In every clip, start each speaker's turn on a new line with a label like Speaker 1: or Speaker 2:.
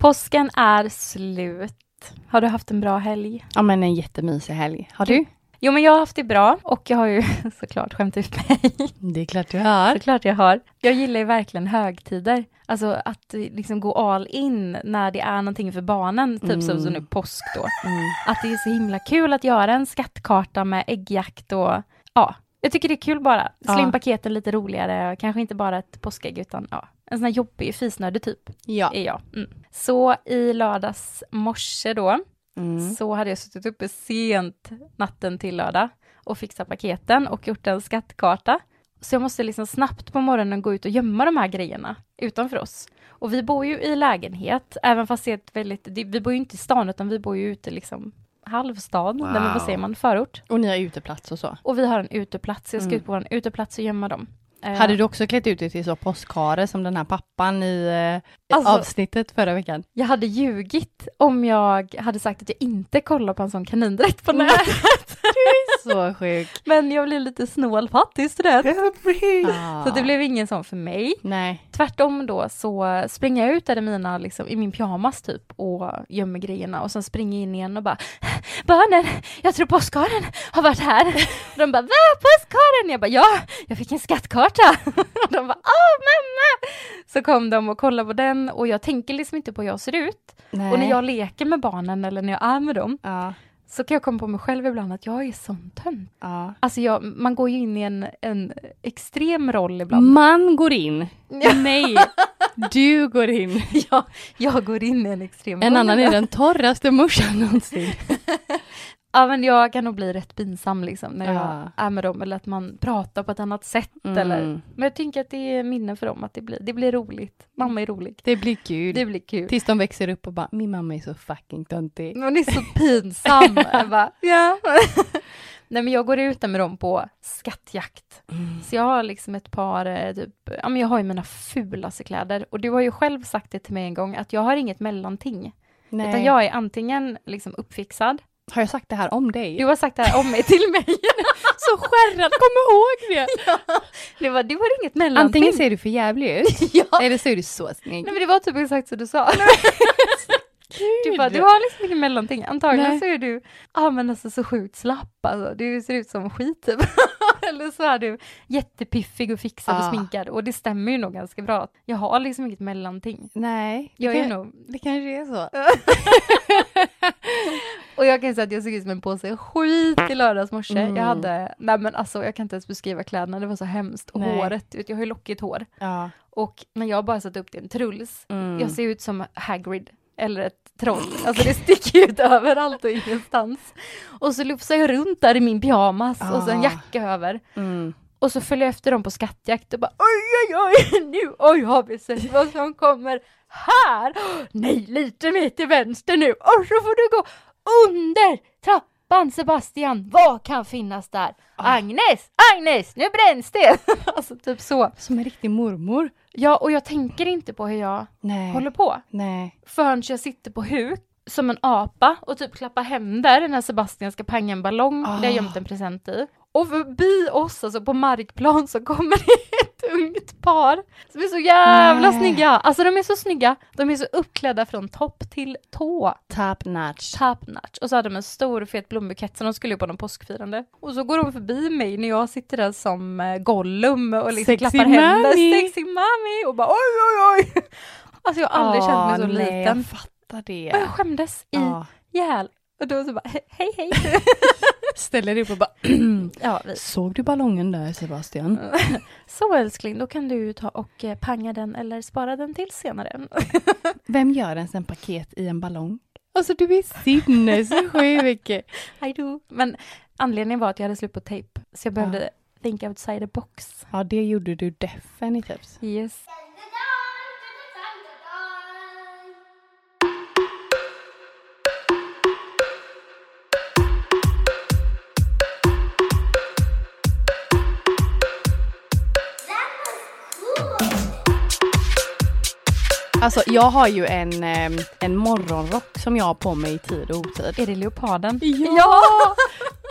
Speaker 1: Påsken är slut. Har du haft en bra helg?
Speaker 2: Ja men en jättemysig helg. Har du?
Speaker 1: Jo, men jag har haft det bra och jag har ju såklart skämt ut mig.
Speaker 2: Det är klart du har.
Speaker 1: Såklart jag har. Jag gillar ju verkligen högtider. Alltså att liksom gå all in när det är någonting för barnen, typ som, som nu påsk då.
Speaker 2: Mm.
Speaker 1: Att det är så himla kul att göra en skattkarta med äggjakt och ja, jag tycker det är kul bara. Slå in
Speaker 2: Ja.
Speaker 1: paketen lite roligare, kanske inte bara ett påskägg utan ja, en sån här jobbig fisnödig typ
Speaker 2: Ja.
Speaker 1: är jag. Mm. Så i lördags morse då,
Speaker 2: Mm.
Speaker 1: så hade jag suttit uppe sent natten till lördag och fixat paketen och gjort en skattkarta. Så jag måste liksom snabbt på morgonen gå ut och gömma de här grejerna utanför oss. Och vi bor ju i lägenhet, även fast det är ett väldigt, det- vi bor ju inte i stan utan vi bor ju ute liksom halvstad, wow. men vad säger man, förort.
Speaker 2: Och ni har uteplats och så.
Speaker 1: Och vi har en uteplats, jag ska
Speaker 2: Mm.
Speaker 1: ut på vår uteplats och gömma dem. Eh,
Speaker 2: Hade du också klätt ut dig till så påskhare som den här pappan i eh,
Speaker 1: Alltså-
Speaker 2: avsnittet förra veckan?
Speaker 1: Jag hade ljugit om jag hade sagt att jag inte kollar på en sån kanindräkt på nätet.
Speaker 2: Så sjuk.
Speaker 1: Men jag blev lite snålfattig student.
Speaker 2: Ah.
Speaker 1: Så det blev ingen sån för mig.
Speaker 2: Nej.
Speaker 1: Tvärtom då så springer jag ut där i, mina, liksom, i min pyjamas typ och gömmer grejerna och sen springer jag in igen och bara Barnen, jag tror påskharen har varit här. Och de bara Va? Påskharen? Jag bara ja, jag fick en skattkarta. Och de bara åh mamma! Så kom de och kollade på den och jag tänker liksom inte på hur jag ser ut.
Speaker 2: Nej.
Speaker 1: Och när jag leker med barnen eller när jag är med dem
Speaker 2: Ja.
Speaker 1: så kan jag komma på mig själv ibland att jag är sån tönt.
Speaker 2: Ja.
Speaker 1: Alltså jag, man går ju in i en, en extrem roll ibland.
Speaker 2: Man går in.
Speaker 1: Ja.
Speaker 2: Nej. Du går in.
Speaker 1: jag, jag går in i en extrem
Speaker 2: En
Speaker 1: roll
Speaker 2: annan är
Speaker 1: ibland.
Speaker 2: den torraste morsan någonsin.
Speaker 1: Ja men jag kan nog bli rätt pinsam liksom när jag
Speaker 2: Ja.
Speaker 1: är med dem eller att man pratar på ett annat sätt
Speaker 2: Mm.
Speaker 1: eller Men jag tänker att det är minnen för dem att det blir, det blir roligt. Mamma är rolig.
Speaker 2: Det blir kul.
Speaker 1: Det blir kul.
Speaker 2: Tills de växer upp och bara, min mamma är så fucking töntig.
Speaker 1: Men Hon är så pinsam. jag bara, ja. Nej men jag går ut där med dem på skattjakt.
Speaker 2: Mm.
Speaker 1: Så jag har liksom ett par, eh, typ, ja men jag har ju mina fulaste kläder och du har ju själv sagt det till mig en gång att jag har inget mellanting.
Speaker 2: Nej.
Speaker 1: Utan jag är antingen liksom uppfixad,
Speaker 2: Har jag sagt det här om dig?
Speaker 1: du har sagt det här om mig till mig.
Speaker 2: så skärrad, kom ihåg det!
Speaker 1: Du, bara, du har inget mellanting.
Speaker 2: Antingen ser du för jävlig ut,
Speaker 1: ja.
Speaker 2: eller så är du så snygg.
Speaker 1: Nej men det var typ exakt så du sa. Du, bara, du
Speaker 2: har...
Speaker 1: har liksom inget mellanting. Antagligen
Speaker 2: Nej.
Speaker 1: så är du, ja men alltså så sjukt slapp alltså. Du ser ut som skit typ. Eller så är du jättepiffig och fixad och
Speaker 2: Ah.
Speaker 1: sminkad. Och det stämmer ju nog ganska bra. att Jag har liksom inget mellanting.
Speaker 2: Nej, det
Speaker 1: Jag är
Speaker 2: kan-
Speaker 1: nog,
Speaker 2: Det kanske är så.
Speaker 1: och jag kan ju säga att jag såg ut som en påse skit i lördags morse.
Speaker 2: Mm.
Speaker 1: Jag hade, nej men alltså jag kan inte ens beskriva kläderna, det var så hemskt. Och
Speaker 2: Nej.
Speaker 1: håret, du vet, jag har ju lockigt hår.
Speaker 2: Ja.
Speaker 1: Och när jag bara satt upp det i en truls,
Speaker 2: Mm.
Speaker 1: jag ser ut som Hagrid eller ett troll. Alltså det sticker ut överallt och ingenstans. Och så lufsar jag runt där i min pyjamas och så en
Speaker 2: Ah.
Speaker 1: jacka över.
Speaker 2: Mm.
Speaker 1: Och så följer jag efter dem på skattjakt och bara oj, oj, oj, nu, oj, har vi sett vad som kommer här? Nej, lite mer till vänster nu och så får du gå under trappan Sebastian. Vad kan finnas där?
Speaker 2: Ah.
Speaker 1: Agnes, Agnes, nu bränns det! alltså typ så.
Speaker 2: Som en riktig mormor.
Speaker 1: Ja, och jag tänker inte på hur jag
Speaker 2: Nej.
Speaker 1: håller på
Speaker 2: Nej.
Speaker 1: förrän jag sitter på huk som en apa och typ klappar händer när Sebastian ska panga en ballong
Speaker 2: Ah.
Speaker 1: där jag gömt en present i. Och förbi oss, alltså på markplan, så kommer det ett ungt par som är så jävla
Speaker 2: Nej.
Speaker 1: snygga. Alltså de är så snygga. De är så uppklädda från topp till tå.
Speaker 2: Top notch.
Speaker 1: Top notch. Och så hade de en stor fet blombukett som de skulle ju på någon påskfirande. Och så går de förbi mig när jag sitter där som eh, Gollum och liksom
Speaker 2: Sexy
Speaker 1: klappar händer.
Speaker 2: mommy.
Speaker 1: Sexy mommy! Och bara oj, oj, oj! Alltså jag har aldrig
Speaker 2: Åh,
Speaker 1: känt mig så
Speaker 2: nej,
Speaker 1: liten.
Speaker 2: jag fattar
Speaker 1: Och
Speaker 2: det.
Speaker 1: jag skämdes
Speaker 2: Ja.
Speaker 1: ihjäl. Och då så bara, he- hej hej.
Speaker 2: Ställer dig upp och bara, Äh.
Speaker 1: ja, vi.
Speaker 2: såg du ballongen där Sebastian?
Speaker 1: Så älskling, då kan du ju ta och eh, panga den eller spara den till senare.
Speaker 2: Vem gör ens en paket i en ballong? Alltså du är sinnessjuk!
Speaker 1: I do. Men anledningen var att jag hade slut på tejp, så jag behövde think outside the box.
Speaker 2: ja, det gjorde du definitivt.
Speaker 1: Yes.
Speaker 2: Alltså jag har ju en, ehm, en morgonrock som jag har på mig i tid och otid.
Speaker 1: Är det leoparden?
Speaker 2: Ja!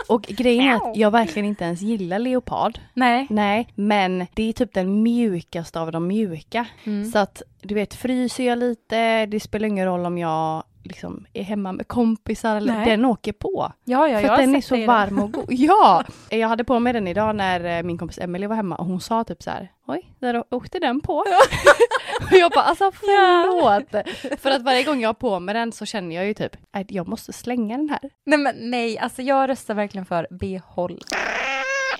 Speaker 2: Och grejen är att jag verkligen inte ens gillar leopard.
Speaker 1: Nej. Mm.
Speaker 2: Nej, men det är typ den mjukaste av de mjuka. Så att du vet, fryser jag lite, det spelar ingen roll om jag liksom är hemma med kompisar, eller,
Speaker 1: Nej.
Speaker 2: den åker på.
Speaker 1: Ja, ja, jag
Speaker 2: för att
Speaker 1: har
Speaker 2: den är
Speaker 1: sett dig
Speaker 2: så
Speaker 1: i den.
Speaker 2: varm och god. Ja! Jag hade på mig den idag när eh, min kompis Emelie var hemma och hon sa typ så här, oj, där åkte den på. och jag bara, alltså förlåt! För att varje gång jag har på mig den så känner jag ju typ, att jag måste slänga den här.
Speaker 1: Nej, men nej, alltså jag röstar verkligen för behåll.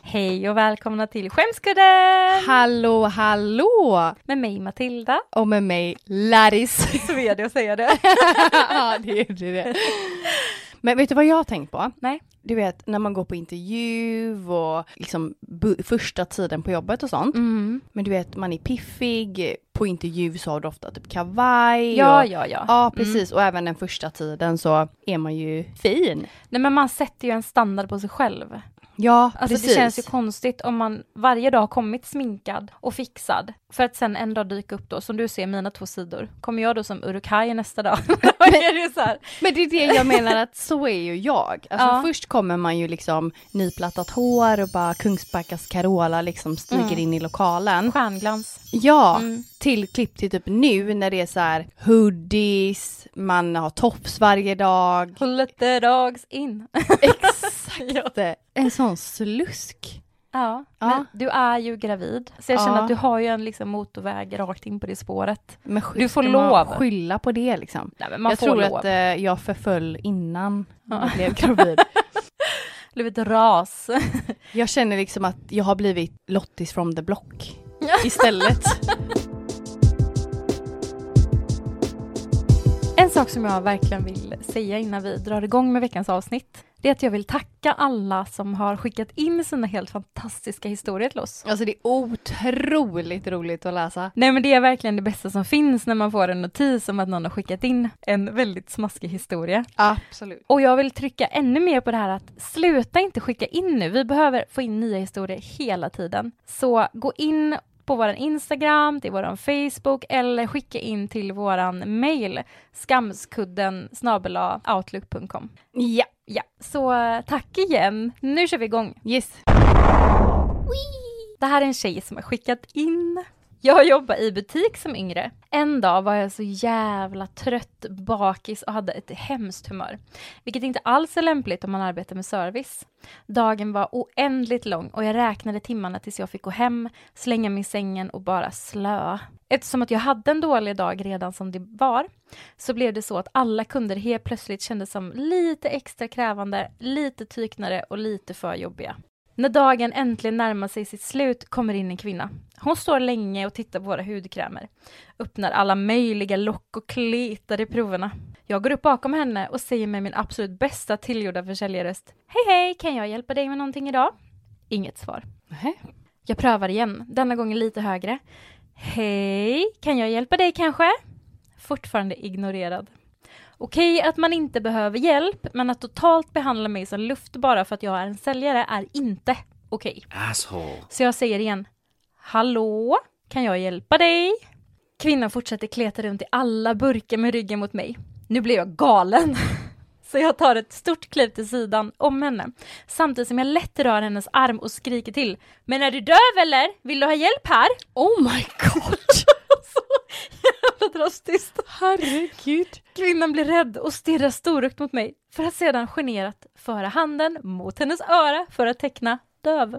Speaker 1: Hej och välkomna till Skämskudden!
Speaker 2: Hallå, hallå!
Speaker 1: Med mig Matilda.
Speaker 2: Och med mig, Laris.
Speaker 1: Så är det att säga det.
Speaker 2: ja, det är ju det. Men vet du vad jag har tänkt på?
Speaker 1: Nej.
Speaker 2: Du vet, när man går på intervju och liksom bu- första tiden på jobbet och sånt.
Speaker 1: Mm.
Speaker 2: Men du vet, man är piffig. På intervju så har du ofta typ kavaj.
Speaker 1: Ja, Mm. ja,
Speaker 2: och,
Speaker 1: ja.
Speaker 2: ja precis. Och även den första tiden så är man ju fin.
Speaker 1: Nej, men man sätter ju en standard på sig själv.
Speaker 2: Ja,
Speaker 1: Alltså
Speaker 2: precis.
Speaker 1: det känns ju konstigt om man varje dag har kommit sminkad och fixad för att sen en dag dyka upp då, som du ser mina två sidor. Kommer jag då som Urukaj nästa dag? Då är det ju så här.
Speaker 2: Men det är det jag menar att så är ju jag. Alltså
Speaker 1: Ja.
Speaker 2: först kommer man ju liksom nyplattat hår och bara Kungsbackas Carola liksom stiger in i lokalen.
Speaker 1: Stjärnglans.
Speaker 2: Ja,
Speaker 1: Mm.
Speaker 2: till klipp till typ nu när det är så här hoodies, man har tops varje dag.
Speaker 1: Pull it the dogs in.
Speaker 2: Exakt! En sån slusk.
Speaker 1: Ja,
Speaker 2: Ja.
Speaker 1: men du är ju gravid. Så jag känner
Speaker 2: Ja.
Speaker 1: att du har ju en liksom motorväg rakt in på det spåret.
Speaker 2: Men sk-
Speaker 1: Du får
Speaker 2: ska man
Speaker 1: lov.
Speaker 2: Skylla på det liksom.
Speaker 1: Nej, men man
Speaker 2: jag
Speaker 1: får
Speaker 2: tror
Speaker 1: lov.
Speaker 2: att eh, jag förföll innan jag blev gravid.
Speaker 1: Blev ett ras.
Speaker 2: Jag känner liksom att jag har blivit Lottis from the block istället.
Speaker 1: En sak som jag verkligen vill säga innan vi drar igång med veckans avsnitt, det är att jag vill tacka alla som har skickat in sina helt fantastiska historier till oss.
Speaker 2: alltså det är otroligt roligt att läsa.
Speaker 1: Nej men det är verkligen det bästa som finns när man får en notis om att någon har skickat in en väldigt smaskig historia.
Speaker 2: Absolut.
Speaker 1: Och jag vill trycka ännu mer på det här att sluta inte skicka in nu. Vi behöver få in nya historier hela tiden. Så gå in på vår Instagram, till vår Facebook eller skicka in till vår mail skamskudden snabel-a outlook.com.
Speaker 2: Ja.
Speaker 1: Ja, så eh, tack igen. Nu kör vi igång.
Speaker 2: Yes.
Speaker 1: Det här är en tjej som har skickat in. Jag jobbade i butik som yngre. En dag var jag så jävla trött, bakis och hade ett hemskt humör. Vilket inte alls är lämpligt om man arbetar med service. Dagen var oändligt lång och jag räknade timmarna tills jag fick gå hem, slänga mig i sängen och bara slöa. Eftersom att jag hade en dålig dag redan som det var så blev det så att alla kunder helt plötsligt kändes som lite extra krävande, lite tyknare och lite för jobbiga. När dagen äntligen närmar sig sitt slut kommer in en kvinna. Hon står länge och tittar på våra hudkrämer. Öppnar alla möjliga lock och kletar i proverna. Jag går upp bakom henne och säger med min absolut bästa tillgjorda försäljarröst. Hej hej, kan jag hjälpa dig med någonting idag? Inget svar.
Speaker 2: Nähä.
Speaker 1: Jag prövar igen, denna gången lite högre. Hej, kan jag hjälpa dig kanske? Fortfarande ignorerad. Okej att man inte behöver hjälp, men att totalt behandla mig som luft bara för att jag är en säljare är inte okej.
Speaker 3: Asshole.
Speaker 1: Så jag säger igen, hallå, kan jag hjälpa dig? Kvinnan fortsätter kleta runt i alla burkar med ryggen mot mig. Nu blir jag galen. Så jag tar ett stort kliv till sidan om henne, samtidigt som jag lätt rör hennes arm och skriker till. Men är du döv eller? Vill du ha hjälp här?
Speaker 2: Oh my god.
Speaker 1: Så jävla drastiskt.
Speaker 2: Herregud.
Speaker 1: Kvinnan blir rädd och stirrar storögt mot mig för att sedan generat föra handen mot hennes öra för att teckna döv.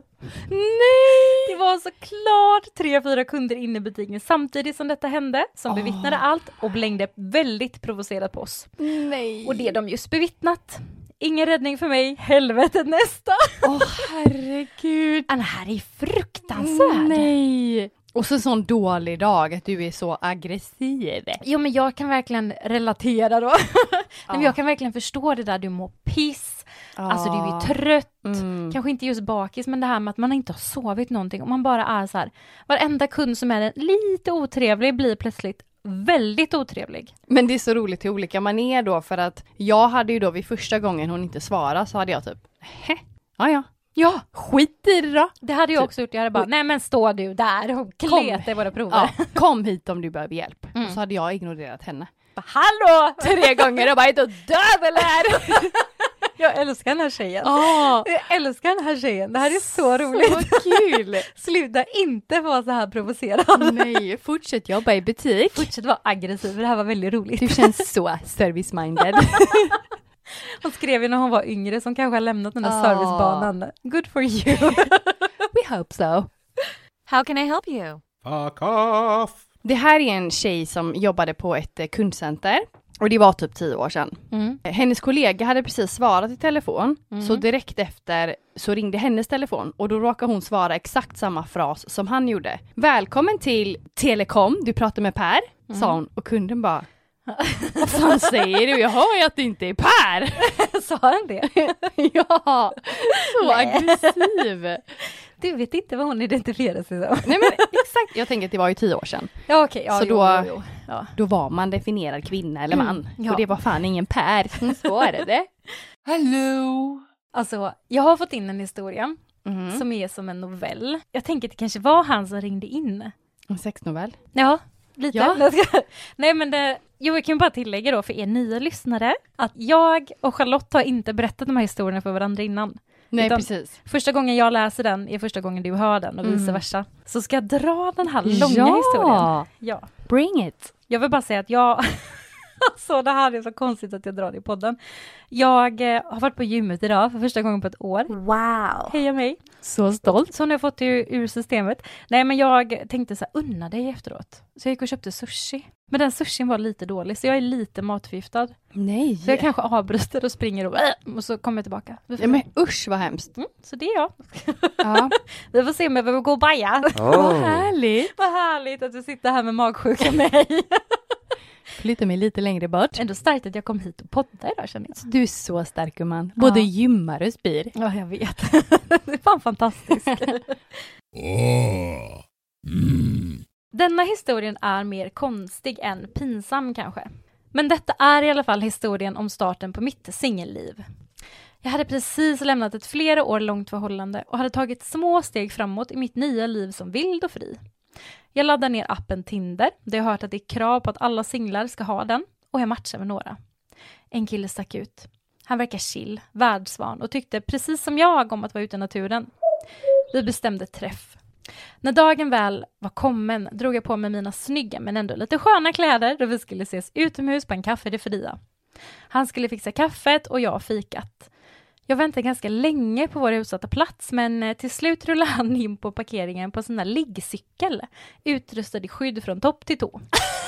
Speaker 1: Nej! Det var såklart tre, fyra kunder inne i butiken samtidigt som detta hände som bevittnade allt och blängde väldigt provocerat på oss.
Speaker 2: Nej.
Speaker 1: Och det de just bevittnat. Ingen räddning för mig, helvetet nästa!
Speaker 2: Åh herregud.
Speaker 1: Den här är fruktansvärd!
Speaker 2: Nej. Och så en sån dålig dag att du är så aggressiv.
Speaker 1: Jo men jag kan verkligen relatera då. Nej, men
Speaker 2: Ja.
Speaker 1: jag kan verkligen förstå det där, du mår piss, alltså du är trött, kanske inte just bakis men det här med att man inte har sovit någonting och man bara är så här, varenda kund som är lite otrevlig blir plötsligt väldigt otrevlig.
Speaker 2: Men det är så roligt hur olika man är då för att jag hade ju då vid första gången hon inte svarade så hade jag typ, hä? Ja ja,
Speaker 1: Ja,
Speaker 2: skit i det då.
Speaker 1: det hade jag också gjort. Jag hade bara, nej men stå du där och kleta i våra prover.
Speaker 2: Ja, Mm. kom hit om du behöver hjälp. Och så hade jag ignorerat henne.
Speaker 1: Bara, Hallå!
Speaker 2: Tre gånger och bara, är du döv eller?
Speaker 1: Jag älskar den här tjejen.
Speaker 2: Ja,
Speaker 1: Jag älskar den här tjejen. Det här är så roligt.
Speaker 2: vad kul!
Speaker 1: Sluta inte vara så här provocerad.
Speaker 2: Nej, fortsätt jobba i butik.
Speaker 1: Fortsätt vara aggressiv, för det här var väldigt roligt.
Speaker 2: Du känns så service-minded.
Speaker 1: Hon skrev ju när hon var yngre som kanske har lämnat den där
Speaker 2: Ja.
Speaker 1: servicebanan. Good for you.
Speaker 2: We hope so.
Speaker 3: How can I help you?
Speaker 4: Fuck off!
Speaker 2: Det här är en tjej som jobbade på ett eh, kundcenter och det var typ tio år sedan.
Speaker 1: Mm.
Speaker 2: Hennes kollega hade precis svarat i telefon,
Speaker 1: Mm.
Speaker 2: så direkt efter så ringde hennes telefon och då råkade hon svara exakt samma fras som han gjorde. Välkommen till Telekom, du pratar med Per,
Speaker 1: Mm.
Speaker 2: sa hon och kunden bara Vad fan säger du? Jag hör ju att det inte är Per!
Speaker 1: Sa han det?
Speaker 2: ja, så
Speaker 1: Nej.
Speaker 2: aggressiv!
Speaker 1: Du vet inte vad hon identifierar sig som.
Speaker 2: Nej men exakt, jag tänker att det var ju tio år sedan.
Speaker 1: Ja okej, ja,
Speaker 2: Så
Speaker 1: jo,
Speaker 2: då-
Speaker 1: jo, jo. Ja.
Speaker 2: Då var man definierad kvinna eller man.
Speaker 1: ja.
Speaker 2: Och det var fan ingen Per som svarade.
Speaker 1: Alltså, jag har fått in en historia
Speaker 2: Mm.
Speaker 1: som är som en novell. Jag tänker att det kanske var han som ringde in.
Speaker 2: En sexnovell.
Speaker 1: Ja, lite.
Speaker 2: Ja.
Speaker 1: Jag ska- Nej men det, jo, jag kan bara tillägga då för er nya lyssnare att jag och Charlotte har inte berättat de här historierna för varandra innan.
Speaker 2: Nej
Speaker 1: Utan-
Speaker 2: precis.
Speaker 1: Första gången jag läser den är första gången du hör den och vice versa. Så ska jag dra den här långa
Speaker 2: ja!
Speaker 1: historien. Ja.
Speaker 2: Bring it!
Speaker 1: Jag vill bara säga att jag... alltså det här är så konstigt att jag drar det i podden. Jag eh, har varit på gymmet idag för första gången på ett år.
Speaker 3: Wow.
Speaker 1: Heja mig!
Speaker 2: Så stolt.
Speaker 1: Så nu har jag fått det ur, ur systemet. Nej men jag tänkte så här, unna dig efteråt. Så jag gick och köpte sushi. Men den sushin var lite dålig så jag är lite matförgiftad.
Speaker 2: Nej.
Speaker 1: Så jag kanske avbryter och springer och, äh, och så kommer jag tillbaka. Vi får-
Speaker 2: Ja, men usch vad hemskt.
Speaker 1: Mm, så det är jag.
Speaker 2: Ja.
Speaker 1: Vi får se om jag behöver gå och baja.
Speaker 2: Vad härligt.
Speaker 1: Vad härligt att du sitter här med magsjuka mig.
Speaker 2: Flytta mig lite längre bort.
Speaker 1: Ändå starkt att jag kom hit och poddade idag känner jag.
Speaker 2: Du är så stark man. Både
Speaker 1: Ja.
Speaker 2: gymmar och spyr.
Speaker 1: Ja, jag vet. det är fan fantastiskt. Denna historien är mer konstig än pinsam kanske. Men detta är i alla fall historien om starten på mitt singelliv. Jag hade precis lämnat ett flera år långt förhållande och hade tagit små steg framåt i mitt nya liv som vild och fri. Jag laddar ner appen Tinder, där jag hört att det är krav på att alla singlar ska ha den, och jag matchar med några. En kille stack ut. Han verkar chill, världsvan och tyckte precis som jag om att vara ute i naturen. Vi bestämde träff. När dagen väl var kommen drog jag på mig mina snygga men ändå lite sköna kläder då vi skulle ses utomhus på en kaffereferia. Han skulle fixa kaffet och jag fikat. Jag väntade ganska länge på vår utsatta plats men eh, till slut rullade han in på parkeringen på en sån där liggcykel utrustad i skydd från topp till tå.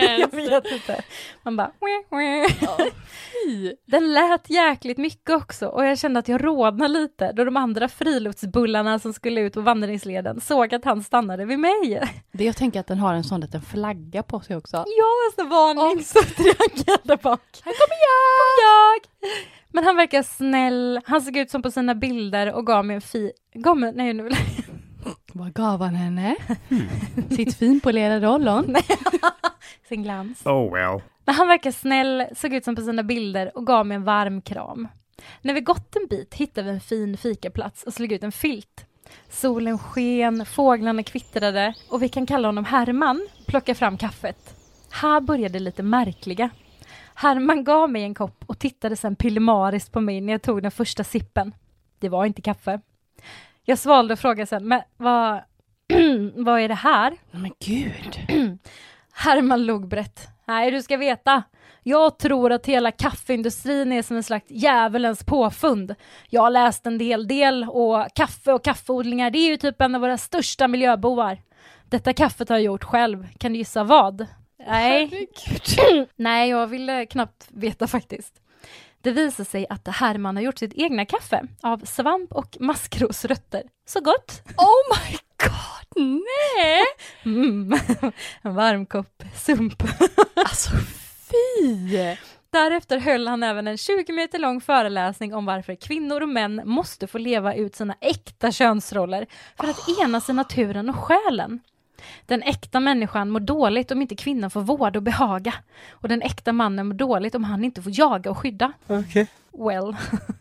Speaker 1: Jag vet inte. Man bara... "Wah, wah." Den lät jäkligt mycket också och jag kände att jag rodnade lite då de andra friluftsbullarna som skulle ut på vandringsleden såg att han stannade vid mig.
Speaker 2: Det jag tänker att den har en sån liten flagga på sig också.
Speaker 1: Jag var så varning så triangel där bak. Här kommer jag! jag! Men han verkar snäll, han såg ut som på sina bilder och gav mig en fi... Gav mig... Nej, nu...
Speaker 2: Vad gav han henne? Sitt finpolerade ollon.
Speaker 1: Sin glans.
Speaker 4: Oh well.
Speaker 1: Men han verkar snäll, såg ut som på sina bilder och gav mig en varm kram. När vi gått en bit hittade vi en fin fikaplats och slog ut en filt. Solen sken, fåglarna kvittrade och vi kan kalla honom Herman plocka fram kaffet. Här började det lite märkliga. Herman gav mig en kopp och tittade sedan pillemariskt på mig när jag tog den första sippen. Det var inte kaffe. Jag svalde och frågade sen, men vad, vad är det här?
Speaker 2: Nej, Men gud.
Speaker 1: Herman log brett. Nej, du ska veta. Jag tror att hela kaffeindustrin är som en slags djävulens påfund. Jag har läst en del del och kaffe och kaffeodlingar, det är ju typ en av våra största miljöbovar. Detta kaffet har jag gjort själv. Kan du gissa vad? Nej. Nej, jag ville knappt veta faktiskt. Det visar sig att Herman har gjort sitt egna kaffe av svamp och maskrosrötter. Så gott!
Speaker 2: Oh my god, nej!
Speaker 1: Mm. En varm kopp sump.
Speaker 2: Alltså fy!
Speaker 1: Därefter höll han även en 20 minuter lång föreläsning om varför kvinnor och män måste få leva ut sina äkta könsroller för att enas i naturen och själen. Den äkta människan mår dåligt om inte kvinnan får vårda och behaga. Och den äkta mannen mår dåligt om han inte får jaga och skydda.
Speaker 4: Okej.
Speaker 1: Well.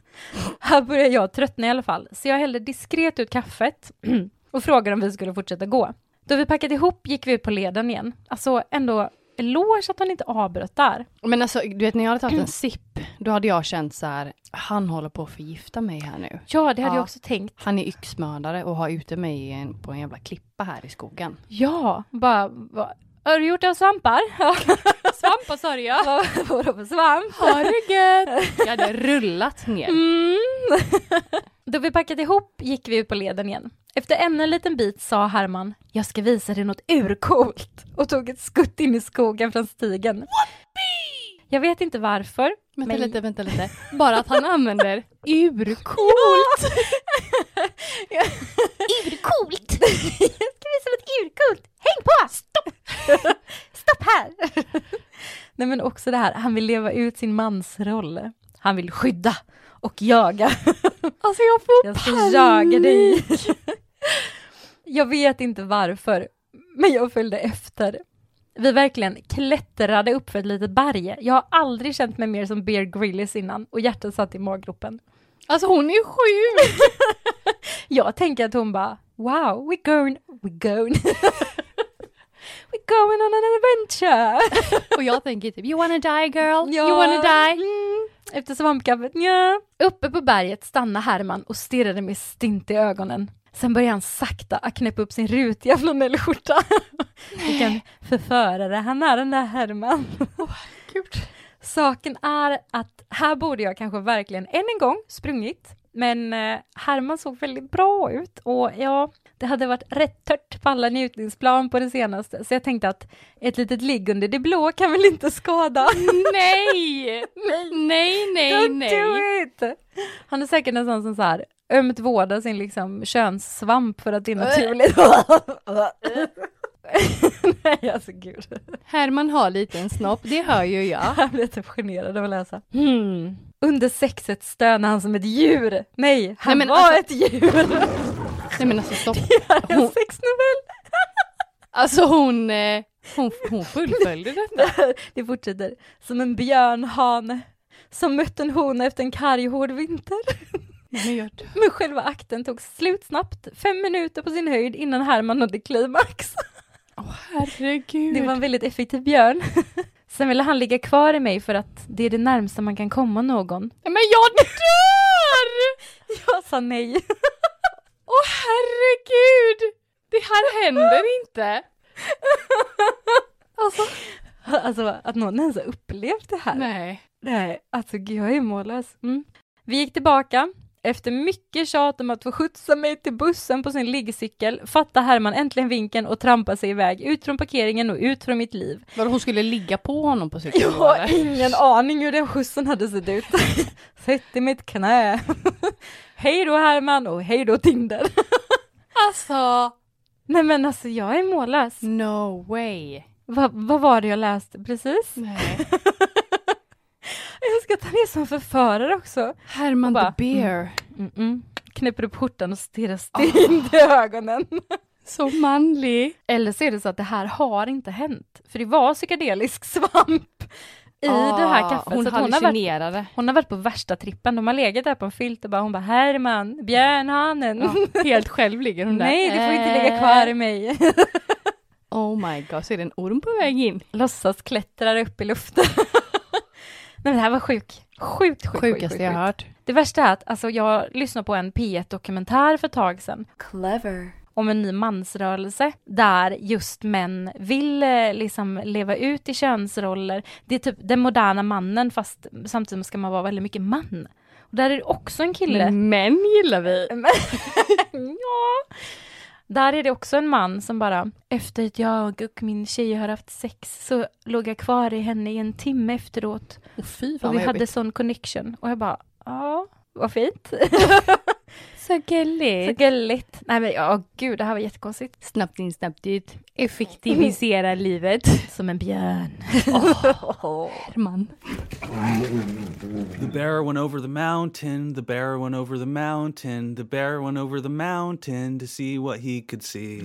Speaker 1: Här började jag tröttna i alla fall, så jag hällde diskret ut kaffet och frågade om vi skulle fortsätta gå. Då vi packat ihop gick vi ut på leden igen. Alltså ändå eloge att han inte avbröt där.
Speaker 2: Men alltså, du vet när jag hade tagit en sipp, då hade jag känt så här, han håller på att förgifta mig här nu.
Speaker 1: Ja, det hade
Speaker 2: Ja.
Speaker 1: jag också tänkt.
Speaker 2: Han är yxmördare och har ute mig i en, på en jävla klippa här i skogen.
Speaker 1: Ja, bara, va- har du gjort det av svampar?
Speaker 2: Svampa sa jag!
Speaker 1: Vad var det för svamp?
Speaker 2: Ha det gött! Jag hade rullat ner.
Speaker 1: Mm. Då vi packat ihop gick vi ut på leden igen. Efter ännu en liten bit sa Herman, jag ska visa dig något urcoolt och tog ett skutt in i skogen från stigen. Jag vet inte varför.
Speaker 2: Vänta
Speaker 1: men-
Speaker 2: lite, vänta lite. Bara att han använder urcoolt!
Speaker 1: Urcoolt! jag ska visa något urcoolt. Häng på! Stopp! Stopp här! Nej men också det här, han vill leva ut sin mansroll. Han vill skydda och jaga.
Speaker 2: Alltså jag får
Speaker 1: Jag ska jaga dig. jag vet inte varför, men jag följde efter. Vi verkligen klättrade upp för ett litet berg. Jag har aldrig känt mig mer som Bear Grylls innan och hjärtat satt i maggropen.
Speaker 2: Alltså hon är sjuk!
Speaker 1: Jag tänker att hon bara Wow, we going, we going. we going on an adventure.
Speaker 2: Och jag tänker typ, you wanna die girl?
Speaker 1: Ja.
Speaker 2: You wanna die?
Speaker 1: Mm. Efter svampkaffet, ja. Uppe på berget stannade Herman och stirrade med stint i ögonen. Sen började han sakta att knäppa upp sin rutiga flanellskjorta. Vilken förförare han är den där Herman. Saken är att här borde jag kanske verkligen än en gång sprungit, men eh, Herman såg väldigt bra ut och ja, det hade varit rätt tört på alla njutningsplan på det senaste, så jag tänkte att ett litet ligg under det blå kan väl inte skada?
Speaker 2: Nej! Nej, nej,
Speaker 1: Don't
Speaker 2: nej!
Speaker 1: do it! Han är säkert en sån som så här ömt vårdar sin liksom könssvamp för att det är naturligt. Nej, alltså gud.
Speaker 2: Herman har liten snopp, det hör ju jag.
Speaker 1: Jag blev typ generad av att läsa. Hmm. Under sexet stönade han som ett djur. Nej, han
Speaker 2: men
Speaker 1: var
Speaker 2: alltså-
Speaker 1: ett djur.
Speaker 2: Nej men alltså stopp.
Speaker 1: Här är en sexnovell.
Speaker 2: Alltså hon, eh, hon, hon fullföljde detta.
Speaker 1: Det fortsätter. Som en björnhane som mötte en hona efter en karg och hård vinter.
Speaker 2: Nej, men jag dör.
Speaker 1: Men själva akten tog slut snabbt, fem minuter på sin höjd innan Herman nådde klimax.
Speaker 2: Herregud.
Speaker 1: Det var en väldigt effektiv björn. Sen ville han ligga kvar i mig för att det är det närmsta man kan komma någon.
Speaker 2: Nej, men jag dör!
Speaker 1: Jag sa nej.
Speaker 2: Åh herregud! Det här händer inte.
Speaker 1: Alltså, alltså att någon ens har upplevt det här.
Speaker 2: Nej.
Speaker 1: Nej, alltså gud, jag är mållös. Mm. Vi gick tillbaka. Efter mycket tjat om att få skjutsa mig till bussen på sin liggcykel fattade Herman äntligen vinken och trampade sig iväg ut från parkeringen och ut från mitt liv.
Speaker 2: Vadå hon skulle ligga på honom på cykeln?
Speaker 1: Jag har ingen aning hur den skjutsen hade sett ut. Sätt i mitt knä. hej då Herman och hej då Tinder.
Speaker 2: Alltså,
Speaker 1: Nej men alltså jag är mållös.
Speaker 2: no way.
Speaker 1: Va, vad var det jag läste precis?
Speaker 2: Nej.
Speaker 1: Jag ska ta ner som förförare också.
Speaker 2: Herman
Speaker 1: Hon bara, mm.
Speaker 2: the Bear.
Speaker 1: Mm-mm. Knäpper upp skjortan och stirrar stint i ögonen.
Speaker 2: Så manlig.
Speaker 1: Eller så är det så att det här har inte hänt. För det var psykedelisk svamp i det här kaffet.
Speaker 2: Ah, Hon
Speaker 1: så Ah, att hon, har varit,
Speaker 2: hallucinerade.
Speaker 1: hon har varit på värsta trippen. De har legat där på en filt och bara, hon bara Herman, björnhanen.
Speaker 2: Helt själv ligger hon där. Eh,
Speaker 1: Nej, du får inte ligga kvar i mig.
Speaker 2: Oh my god, så är det en orm på väg in.
Speaker 1: Låtsas klättrar upp i luften. Nej men det här var sjuk. Sjukt sjuk, sjuk, sjuk,
Speaker 2: Sjukaste jag
Speaker 1: sjuk.
Speaker 2: hört.
Speaker 1: Det värsta är att alltså, jag lyssnade på en P1-dokumentär för ett tag sedan
Speaker 3: Clever.
Speaker 1: om en ny mansrörelse där just män vill eh, liksom leva ut i könsroller. Det är typ den moderna mannen fast samtidigt ska man vara väldigt mycket man. Och där är det också en kille.
Speaker 2: Men män gillar vi.
Speaker 1: ja. Där är det också en man som bara, efter att jag och min tjej har haft sex så låg jag kvar i henne i en timme efteråt
Speaker 2: Oh, fy
Speaker 1: och vi hade sån connection. Och jag bara, ja, vad fint.
Speaker 2: Så gulligt.
Speaker 1: Så gulligt. Nej men ja, gud, det här var jättekonstigt.
Speaker 2: Snabbt in, snabbt ut. Effektivisera livet.
Speaker 1: Som en björn.
Speaker 2: Herman.
Speaker 4: The bear went over the mountain, the bear went over the mountain, the bear went over the mountain to see what he could see.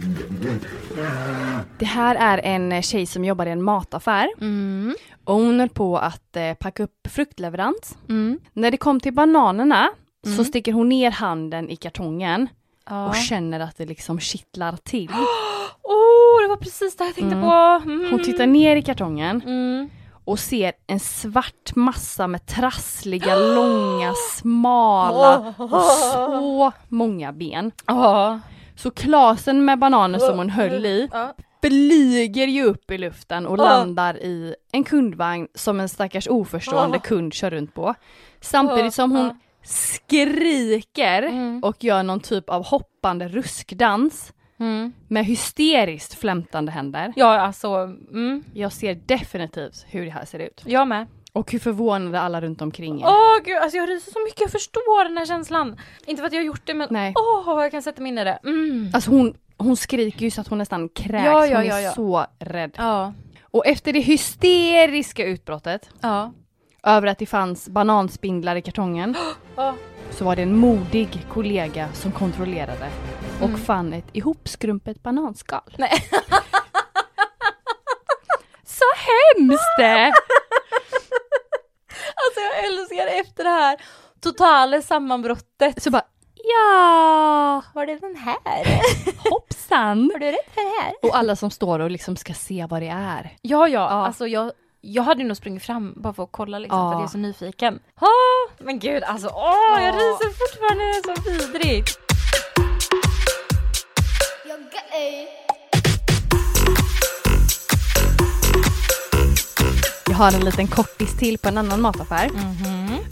Speaker 2: Det här är en eh, tjej som jobbar i en mataffär
Speaker 1: Mm.
Speaker 2: och hon höll på att eh, packa upp fruktleverans.
Speaker 1: Mm.
Speaker 2: När det kom till bananerna så
Speaker 1: Mm.
Speaker 2: sticker hon ner handen i kartongen
Speaker 1: Ja.
Speaker 2: och känner att det liksom kittlar till.
Speaker 1: Oh, det var precis det jag tänkte
Speaker 2: Mm.
Speaker 1: på. Mm.
Speaker 2: Hon tittar ner i kartongen
Speaker 1: Mm.
Speaker 2: och ser en svart massa med trassliga, långa, smala och så många ben.
Speaker 1: Ja.
Speaker 2: Så klasen med bananer som hon höll i
Speaker 1: Ja.
Speaker 2: flyger ju upp i luften och landar i en kundvagn som en stackars oförstående kund kör runt på. Samtidigt som hon skriker och gör någon typ av hoppande ruskdans
Speaker 1: Mm.
Speaker 2: med hysteriskt flämtande händer.
Speaker 1: Ja, alltså, mm.
Speaker 2: Jag ser definitivt hur det här ser ut.
Speaker 1: jag med.
Speaker 2: Och hur förvånade alla runt omkring är.
Speaker 1: Åh gud, alltså jag ryser så mycket, jag förstår den här känslan. Inte för att jag har gjort det men
Speaker 2: Nej.
Speaker 1: åh vad jag kan sätta mig in i det. Mm.
Speaker 2: Alltså hon, hon skriker ju så att hon nästan kräks,
Speaker 1: Ja, ja,
Speaker 2: hon är
Speaker 1: ja, ja.
Speaker 2: så rädd.
Speaker 1: Ja.
Speaker 2: Och efter det hysteriska utbrottet
Speaker 1: Ja.
Speaker 2: över att det fanns bananspindlar i kartongen
Speaker 1: Ja.
Speaker 2: så var det en modig kollega som kontrollerade och fann ett ihopskrumpet bananskal.
Speaker 1: Mm. Nej.
Speaker 2: så hemskt!
Speaker 1: Alltså jag älskar efter det här totala sammanbrottet.
Speaker 2: Så bara ja,
Speaker 1: Var det den här?
Speaker 2: hoppsan!
Speaker 1: Var du rädd för det här?
Speaker 2: Och alla som står och liksom ska se vad det är.
Speaker 1: Ja, ja, alltså jag jag hade nog sprungit fram bara för att kolla liksom,
Speaker 2: Ja.
Speaker 1: för att jag är så nyfiken. Ah, men gud alltså, åh, jag
Speaker 2: Ja.
Speaker 1: ryser fortfarande, det är så vidrigt.
Speaker 2: Jag har en liten kortis till på en annan mataffär.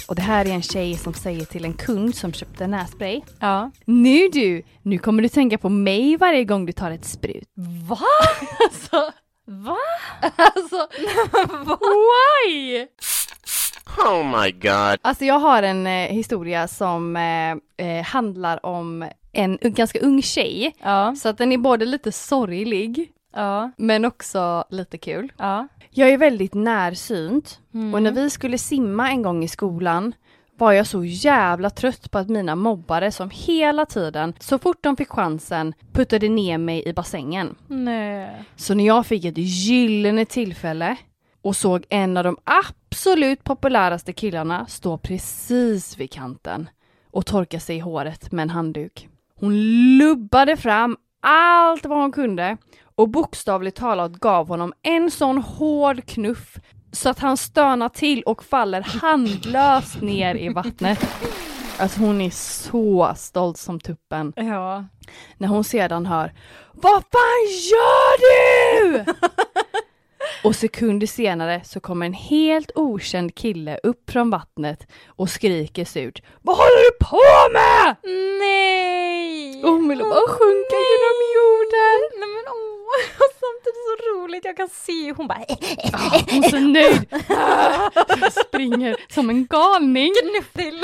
Speaker 2: Och det här är en tjej som säger till en kund som köpte nässpray.
Speaker 1: Ja.
Speaker 2: Nu du, nu kommer du tänka på mig varje gång du tar ett sprut.
Speaker 1: Va? Alltså, va? Alltså, why?
Speaker 5: Oh my god.
Speaker 2: Alltså jag har en eh, historia som eh, eh, handlar om en u- ganska ung tjej.
Speaker 1: Ja,
Speaker 2: Så att den är både lite sorglig
Speaker 1: ja,
Speaker 2: men också lite kul.
Speaker 1: ja.
Speaker 2: Jag är väldigt närsynt och när vi skulle simma en gång i skolan var jag så jävla trött på att mina mobbare som hela tiden, så fort de fick chansen, puttade ner mig i bassängen.
Speaker 1: Nej.
Speaker 2: Så när jag fick ett gyllene tillfälle och såg en av de absolut populäraste killarna stå precis vid kanten och torka sig i håret med en handduk. Hon lubbade fram allt vad hon kunde och bokstavligt talat gav honom en sån hård knuff så att han stönar till och faller handlöst ner i vattnet. Alltså hon är så stolt som tuppen
Speaker 1: Ja.
Speaker 2: när hon sedan hör Vad fan gör du? och sekunder senare så kommer en helt okänd kille upp från vattnet och skriker surt Vad håller du på med?
Speaker 1: Nej!
Speaker 2: Och hon ville bara sjunka genom jorden.
Speaker 1: Nej men åh, och samtidigt så roligt, jag kan se hur hon bara "Eh,
Speaker 2: Ah, Hon är så nöjd. Jag springer som en galning.
Speaker 1: knuff till.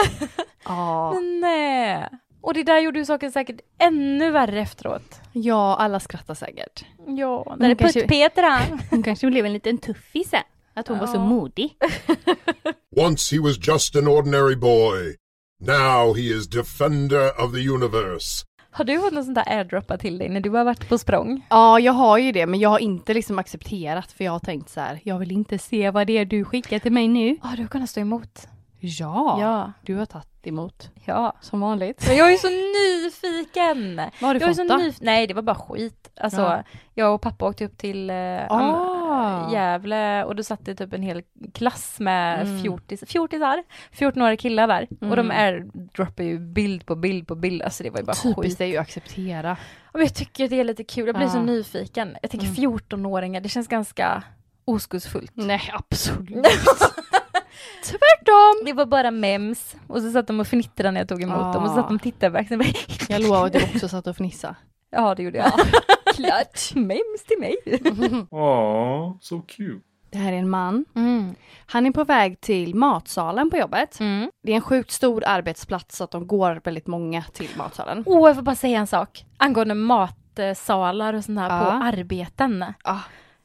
Speaker 2: Ah.
Speaker 1: Nej. eh, Och det där gjorde ju saken säkert ännu värre efteråt.
Speaker 2: Ja, alla skrattar säkert.
Speaker 1: Ja,
Speaker 2: Men
Speaker 1: där är
Speaker 2: hon kanske-
Speaker 1: Putt-Peter han.
Speaker 2: Hon kanske blev en liten tuffis sen. Att hon var så modig.
Speaker 6: Once he was just an ordinary boy. Now he is defender of the universe.
Speaker 1: Har du fått något sånt där airdroppa till dig när du har varit på språng?
Speaker 2: Ja, jag har ju det, men jag har inte liksom accepterat för jag har tänkt så här, jag vill inte se vad det är du skickar till mig nu.
Speaker 1: Ja, du har kunnat stå emot.
Speaker 2: Ja,
Speaker 1: Ja.
Speaker 2: du har tagit emot
Speaker 1: Ja.
Speaker 2: som vanligt.
Speaker 1: Men jag är ju så nyfiken.
Speaker 2: Vad har du
Speaker 1: jag är så
Speaker 2: fått då?
Speaker 1: nyf- Nej, det var bara skit. Alltså,
Speaker 2: Ja.
Speaker 1: jag och pappa åkte upp till eh,
Speaker 2: Ah.
Speaker 1: Am- Gävle och då satt det typ en hel klass med fjortis, fjortisar, 14-åriga killar där. Och de airdroppar ju bild på bild på bild, alltså det var ju bara
Speaker 2: Typiskt
Speaker 1: skit.
Speaker 2: är ju att acceptera.
Speaker 1: Ja, Men jag tycker att det är lite kul, jag blir
Speaker 2: Ja.
Speaker 1: så nyfiken. Jag tänker 14-åringar, det känns ganska oskuldsfullt.
Speaker 2: Nej, absolut.
Speaker 1: Tvärtom! Det var bara mems. Och så satt de och fnittrade när jag tog emot
Speaker 2: Ah.
Speaker 1: dem och så satt de och tittade verkligen.
Speaker 2: Jag lovar att du också satt och fnissade.
Speaker 1: Ja, det gjorde jag. Klart. Mems till mig.
Speaker 7: Aw, so cute.
Speaker 2: Det här är en man. Han är på väg till matsalen på jobbet.
Speaker 1: Mm.
Speaker 2: Det är en sjukt stor arbetsplats så att de går väldigt många till matsalen.
Speaker 1: Åh, jag får bara säga en sak angående matsalar och sånt här på
Speaker 2: Ja.
Speaker 1: arbeten.
Speaker 2: Ja.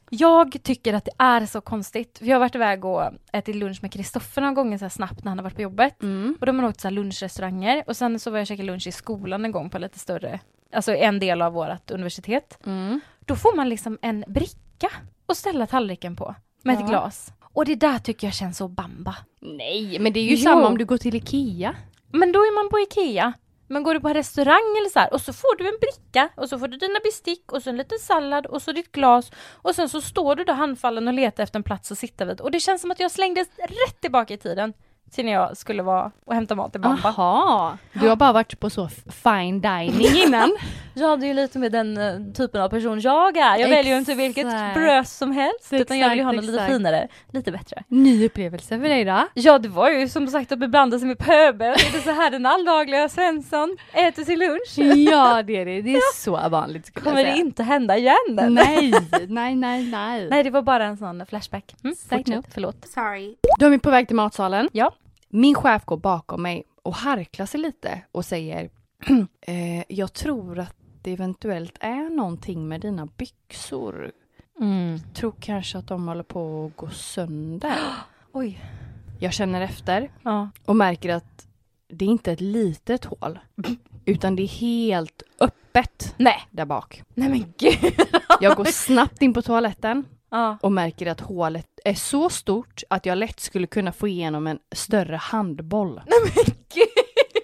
Speaker 1: Jag tycker att det är så konstigt. För jag har varit iväg och ätit lunch med Kristoffer några gånger så här snabbt när han har varit på jobbet.
Speaker 2: Mm.
Speaker 1: Och de har åkt så här lunchrestauranger. Och sen så var jag och käkade lunch i skolan en gång på lite större, alltså en del av vårt universitet.
Speaker 2: Mm.
Speaker 1: Då får man liksom en bricka att ställa tallriken på med ett glas. Och det där tycker jag känns så bamba.
Speaker 2: Nej, men det är ju
Speaker 1: Jo.
Speaker 2: samma om du går till Ikea.
Speaker 1: Men då är man på Ikea. Men går du på en restaurang eller så här och så får du en bricka och så får du dina bestick och så en liten sallad och så ditt glas och sen så står du då handfallen och letar efter en plats att sitta vid och det känns som att jag slängdes rätt tillbaka i tiden till när jag skulle vara och hämta mat till mamma.
Speaker 2: Jaha, du har bara varit på så f- fine dining innan.
Speaker 1: Ja, det är ju lite med den eh, typen av person jag är. Jag väljer ju inte vilket
Speaker 2: Exakt.
Speaker 1: bröst som helst utan jag vill ju ha något
Speaker 2: Exakt,
Speaker 1: lite
Speaker 2: exakt.
Speaker 1: finare, lite bättre.
Speaker 2: Ny upplevelse för dig då?
Speaker 1: Ja, det var ju som sagt att beblanda sig med pöbel. Det är så här den alldagliga Svensson äter sin lunch.
Speaker 2: Ja det är det, det är så vanligt skulle
Speaker 1: Kommer
Speaker 2: jag
Speaker 1: det
Speaker 2: säga.
Speaker 1: inte hända igen?
Speaker 2: Nej, nej, nej, nej.
Speaker 1: Nej, det var bara en sån flashback. Mm,
Speaker 2: Side
Speaker 1: fortsätt,
Speaker 2: note.
Speaker 1: förlåt.
Speaker 2: De är på väg till matsalen.
Speaker 1: Ja.
Speaker 2: Min chef går bakom mig och harklar sig lite och säger eh, Jag tror att det eventuellt är någonting med dina byxor.
Speaker 1: Mm.
Speaker 2: Tror kanske att de håller på att gå sönder.
Speaker 1: Oj.
Speaker 2: Jag känner efter
Speaker 1: Ja.
Speaker 2: och märker att det är inte ett litet hål utan det är helt öppet
Speaker 1: Nej.
Speaker 2: där bak.
Speaker 1: Nej men gud.
Speaker 2: Jag går snabbt in på toaletten
Speaker 1: Ja.
Speaker 2: och märker att hålet är så stort att jag lätt skulle kunna få igenom en större handboll.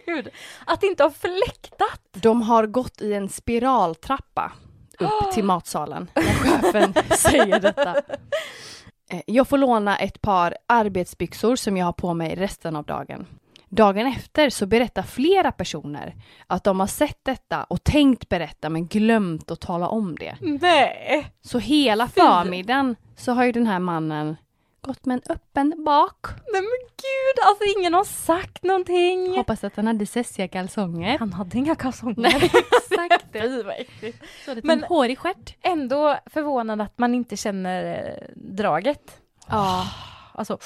Speaker 1: Gud. Att inte ha fläktat.
Speaker 2: De har gått i en spiraltrappa upp till matsalen när chefen säger detta. Eh, Jag får låna ett par arbetsbyxor som jag har på mig resten av dagen. Dagen efter så berättar flera personer att de har sett detta och tänkt berätta men glömt att tala om det.
Speaker 1: Nej.
Speaker 2: Så hela förmiddagen så har ju den här mannen gått med en öppen bak.
Speaker 1: Nej men gud. Alltså ingen har sagt någonting.
Speaker 2: Hoppas att han hade sessiga kalsonger.
Speaker 1: Han hade inga kalsonger.
Speaker 2: Exakt.
Speaker 1: Fy, vad äckligt.
Speaker 2: Men hårig stjärt.
Speaker 1: Ändå förvånad att man inte känner eh, draget.
Speaker 2: Ja.
Speaker 1: Alltså,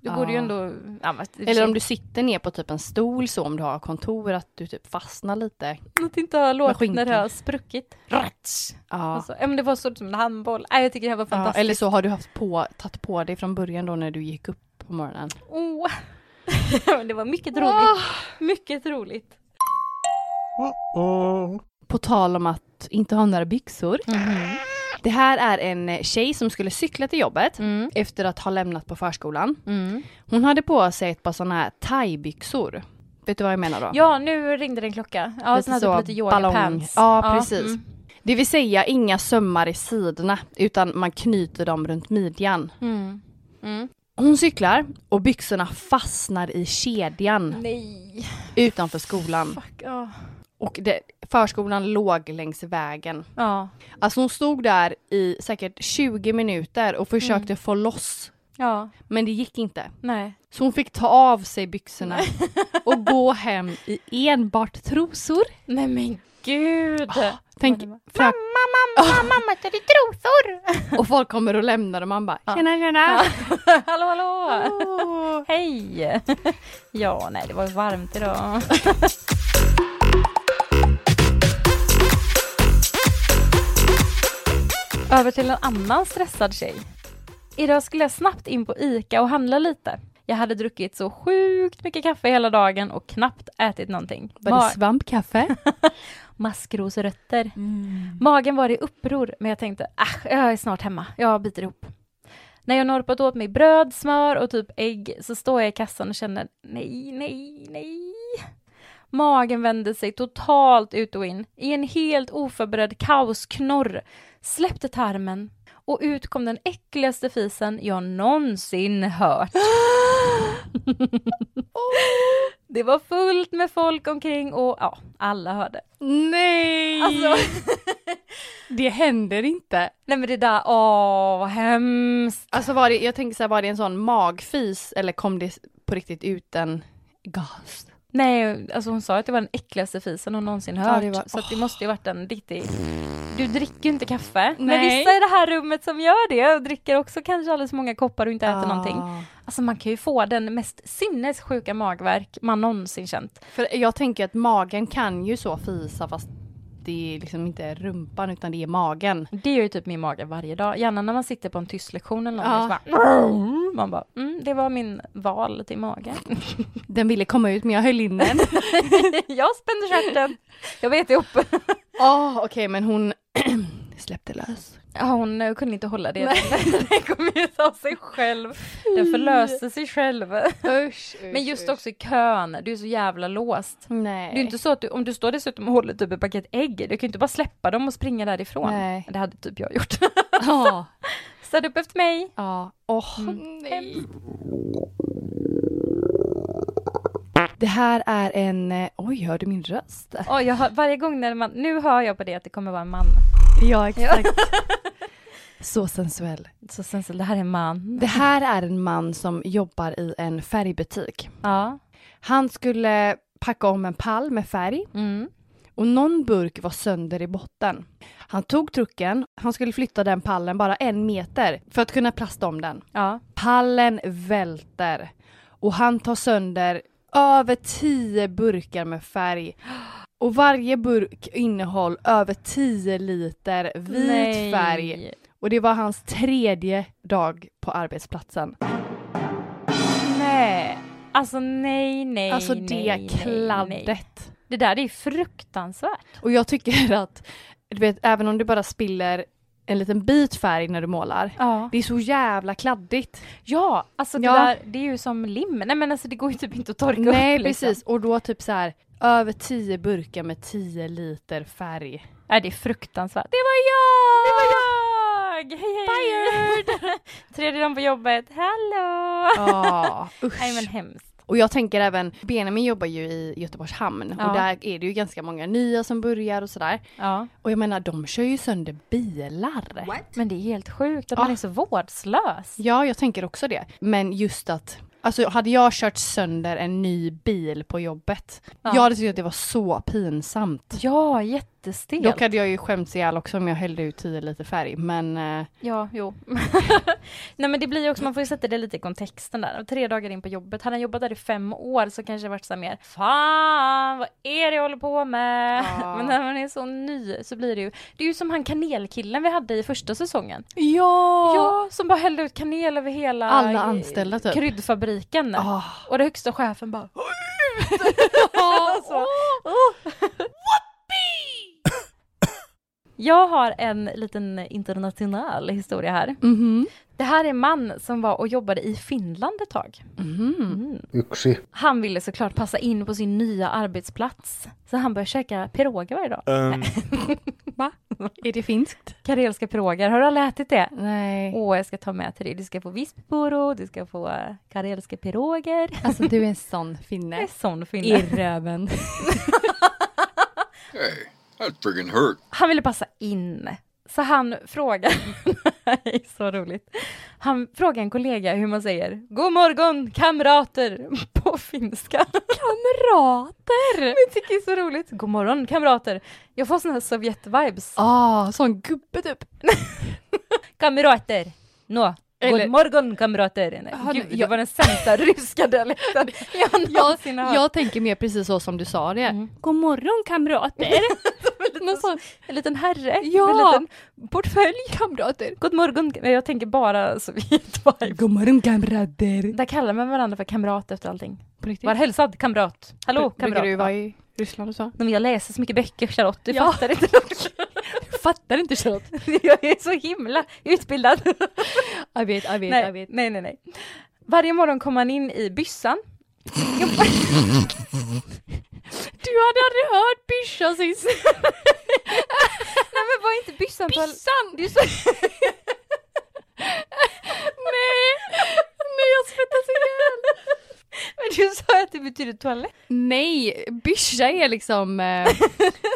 Speaker 1: det
Speaker 2: Ja.
Speaker 1: borde ju ändå... Ja, men,
Speaker 2: Eller om du sitter ner på typ en stol så om du har kontor att du typ fastnar lite.
Speaker 1: Att inte ha låtit när
Speaker 2: skinkan.
Speaker 1: det har spruckit. Rats.
Speaker 2: Ja.
Speaker 1: Alltså, ja men det var stort som en handboll. Nej, jag tycker det här var
Speaker 2: ja.
Speaker 1: fantastiskt.
Speaker 2: Eller så har du haft på, tagit på dig från början då när du gick upp på morgonen.
Speaker 1: Åh. Men det var mycket roligt. Mycket roligt.
Speaker 2: På tal om att inte ha några byxor.
Speaker 1: Mhm.
Speaker 2: Det här är en tjej som skulle cykla till jobbet
Speaker 1: Mm.
Speaker 2: efter att ha lämnat på förskolan. Hon hade på sig ett par sådana här thaibyxor. Vet du vad jag menar då?
Speaker 1: Ja, nu ringde det en klocka. Ja, sån här typ lite yoga
Speaker 2: ballong.
Speaker 1: pants.
Speaker 2: Ja, precis.
Speaker 1: mm.
Speaker 2: Det vill säga inga sömmar i sidorna utan man knyter dem runt midjan.
Speaker 1: Mm.
Speaker 2: Hon cyklar och byxorna fastnar i kedjan
Speaker 1: Nej.
Speaker 2: utanför skolan.
Speaker 1: Fuck, ja.
Speaker 2: Och det, förskolan låg längs vägen.
Speaker 1: Ja.
Speaker 2: Alltså hon stod där i säkert 20 minuter och försökte
Speaker 1: Mm.
Speaker 2: få loss.
Speaker 1: Ja,
Speaker 2: Men det gick inte.
Speaker 1: nej.
Speaker 2: Så hon fick ta av sig byxorna och gå hem i enbart trosor.
Speaker 1: Nej men gud.
Speaker 2: Tänk, frök-
Speaker 1: mamma, mamma, tar du trosor?
Speaker 2: och folk kommer och lämnar och man bara tjena tjena. Oh.
Speaker 1: hallå, hallå.
Speaker 2: Åh.
Speaker 1: Hej. ja, nej, det var varmt idag. Över till en annan stressad tjej. Idag skulle jag snabbt in på ICA och handla lite. Jag hade druckit så sjukt mycket kaffe hela dagen och knappt ätit någonting.
Speaker 2: Var det
Speaker 1: Ma-
Speaker 2: svampkaffe?
Speaker 1: maskrosrötter. Magen var i uppror, men jag tänkte ah, jag är snart hemma, jag biter ihop. När jag norpat åt mig bröd, smör och typ ägg så står jag i kassan och känner nej, nej, nej. Magen vände sig totalt ut och in i en helt oförberedd kaosknorr, släppte tarmen och ut kom den äckligaste fisen jag någonsin hört. Det var fullt med folk omkring och ja, alla hörde.
Speaker 2: Nej!
Speaker 1: Alltså,
Speaker 2: det händer inte.
Speaker 1: nej men det där, åh vad hemskt.
Speaker 2: Alltså var det, jag tänker så här, var det en sån magfis eller kom det på riktigt ut en gas?
Speaker 1: Nej, alltså hon sa att det var den äckligaste fisen hon någonsin hört.
Speaker 2: det var-
Speaker 1: så att det måste ju varit en riktig... Du dricker ju inte kaffe. Men
Speaker 2: Nej.
Speaker 1: vissa i det här rummet som gör det och dricker också kanske alldeles för många koppar och inte
Speaker 2: Ah.
Speaker 1: äter någonting. Alltså man kan ju få den mest sinnessjuka magverk man någonsin känt.
Speaker 2: För jag tänker att magen kan ju så fisa fast det är liksom inte rumpan utan det är magen.
Speaker 1: Det gör ju typ min mage varje dag. Gärna när man sitter på en tyst lektion eller någonting. Så
Speaker 2: Ja.
Speaker 1: bara, man bara, mm, det var min val till magen.
Speaker 2: Den ville komma ut men jag höll in den.
Speaker 1: Jag spände stjärten. Jag vet ihop.
Speaker 2: Åh, Okej men hon släppte lös.
Speaker 1: Ja, Hon eh, kunde inte hålla det.
Speaker 3: Nej.
Speaker 1: Den kom ut av sig själv. Den förlöste sig själv.
Speaker 2: Usch,
Speaker 1: Men just också i kön, du är så jävla låst.
Speaker 2: Nej.
Speaker 1: Det är ju inte så att du, om du står dessutom och håller typ ett paket ägg, du kan ju inte bara släppa dem och springa därifrån.
Speaker 2: Nej.
Speaker 1: Det hade typ jag gjort.
Speaker 2: Ja.
Speaker 1: Städ upp efter mig.
Speaker 2: Ja. Åh Mm, nej. Det här är en... eh, Oj, hör du min röst?
Speaker 1: Åh, jag hör, varje gång när man, nu hör jag på det att det kommer vara en man.
Speaker 2: Ja, exakt. Så sensuell.
Speaker 1: Så sensuellt, det här är en man.
Speaker 2: Det här är en man som jobbar i en färgbutik.
Speaker 1: Ja.
Speaker 2: Han skulle packa om en pall med färg
Speaker 1: Mm.
Speaker 2: och någon burk var sönder i botten. Han tog trucken, han skulle flytta den pallen bara en meter för att kunna plasta om den.
Speaker 1: Ja.
Speaker 2: Pallen välter och han tar sönder över tio burkar med färg. Och varje burk innehåll över 10 liter vit
Speaker 1: Nej.
Speaker 2: färg. Och det var hans tredje dag på arbetsplatsen.
Speaker 1: Nej. Alltså nej, nej,
Speaker 2: alltså det
Speaker 1: nej, nej,
Speaker 2: kladdet.
Speaker 1: nej. Det där det är ju fruktansvärt.
Speaker 2: Och jag tycker att, du vet, även om du bara spiller en liten bit färg när du målar,
Speaker 1: Ja.
Speaker 2: det är så jävla kladdigt.
Speaker 1: Ja, alltså det
Speaker 2: Ja.
Speaker 1: där, det är ju som lim. Nej men alltså det går ju typ inte att torka upp.
Speaker 2: Nej
Speaker 1: liksom.
Speaker 2: precis, och då typ så här över 10 burkar med 10 liter färg.
Speaker 1: Nej, Äh, det är fruktansvärt. Det var jag! Det var jag! Hej hej! Fired! Tredje dagen på jobbet, hallå!
Speaker 2: Ja, usch.
Speaker 1: Nej men hemskt.
Speaker 2: Och jag tänker även, Benjamin jobbar ju i Göteborgs hamn
Speaker 1: Ja.
Speaker 2: och där är det ju ganska många nya som börjar och sådär.
Speaker 1: Ja.
Speaker 2: Och jag menar de kör ju sönder bilar.
Speaker 1: Men det är helt sjukt att
Speaker 2: Ja.
Speaker 1: man är så vårdslös.
Speaker 2: Ja, jag tänker också det. Men just att, alltså hade jag kört sönder en ny bil på jobbet,
Speaker 1: Ja.
Speaker 2: jag hade tyckt att det var så pinsamt.
Speaker 1: Ja, jättestelt.
Speaker 2: Dock hade jag ju skämts ihjäl också om jag hällde ut 10 liter färg, men eh,
Speaker 1: Ja, jo. Nej men det blir ju också, man får ju sätta det lite i kontexten där. Och Tre dagar in på jobbet, hade han jobbat där i fem år så kanske det varit så här mer Fan, vad är det jag håller på med?
Speaker 2: Ja.
Speaker 1: Men när man är så ny så blir det ju, det är ju som han kanelkillen vi hade i första säsongen.
Speaker 2: Ja!
Speaker 1: Ja, som bara hällde ut kanel över hela
Speaker 2: Alla anställda, typ.
Speaker 1: kryddfabriken.
Speaker 2: Ah.
Speaker 1: Och den högsta chefen bara
Speaker 2: Ja. alltså.
Speaker 1: Jag har en liten internationell historia här.
Speaker 2: Mhm.
Speaker 1: Det här är en man som var och jobbade i Finland ett tag. Mm.
Speaker 2: Mhm.
Speaker 8: Yksi.
Speaker 1: Han ville såklart passa in på sin nya arbetsplats. Så han började käka piroger varje dag. Va?
Speaker 2: Är det finskt?
Speaker 1: Karelska piroger, har du aldrig ätit det?
Speaker 2: Nej.
Speaker 1: Åh, jag ska ta med till dig. Du ska få vispboro, du ska få eh, karelska piroger.
Speaker 2: Alltså du är en sån
Speaker 1: Det är
Speaker 2: finne.
Speaker 1: sån finne.
Speaker 2: I röven.
Speaker 1: Han ville passa in. Så han frågar, det är så roligt. Han frågar en kollega hur man säger God morgon kamrater på finska. Kamrater! Men jag tycker det är så roligt. God morgon kamrater. Jag får såna här Sovjet-vibes.
Speaker 2: Ah, sån gubbe typ.
Speaker 1: Kamrater! Nå.
Speaker 2: Eller-
Speaker 1: God morgon kamrater! Nej,
Speaker 2: Han-
Speaker 1: Gud, det
Speaker 2: jag-
Speaker 1: var den sämsta ryska dialekten jag
Speaker 2: Jag, Mm.
Speaker 1: någonsin har hört.
Speaker 2: jag tänker mer precis så som du sa det. God morgon kamrater. Någon sån
Speaker 1: En liten herre
Speaker 2: Ja.
Speaker 1: med en liten portfölj.
Speaker 2: kamrater.
Speaker 1: God morgon, men jag tänker bara Sovjet-vibes.
Speaker 2: God morgon kamrater.
Speaker 1: Där kallar man varandra för kamrat efter allting.
Speaker 2: På riktigt.
Speaker 1: Var hälsad kamrat. Hallå
Speaker 2: Brukar
Speaker 1: kamrat.
Speaker 2: du vara i Ryssland och så?
Speaker 1: Men jag läser så mycket böcker Charlotte, du
Speaker 2: Ja.
Speaker 1: fattar inte.
Speaker 2: Fattar inte Charlotte.
Speaker 1: jag är så himla utbildad.
Speaker 2: Jag vet, jag vet, jag
Speaker 1: nej,
Speaker 2: vet.
Speaker 1: nej, nej, nej. Varje morgon kom han in i byssan.
Speaker 2: Du hade aldrig hört byssan sist.
Speaker 1: Nej men var inte byssan på...
Speaker 2: Byssan!
Speaker 1: Det är så...
Speaker 2: Nej, nej jag svettas ihjäl.
Speaker 1: Men du sa att det betyder toalett.
Speaker 2: Nej, byscha är liksom eh,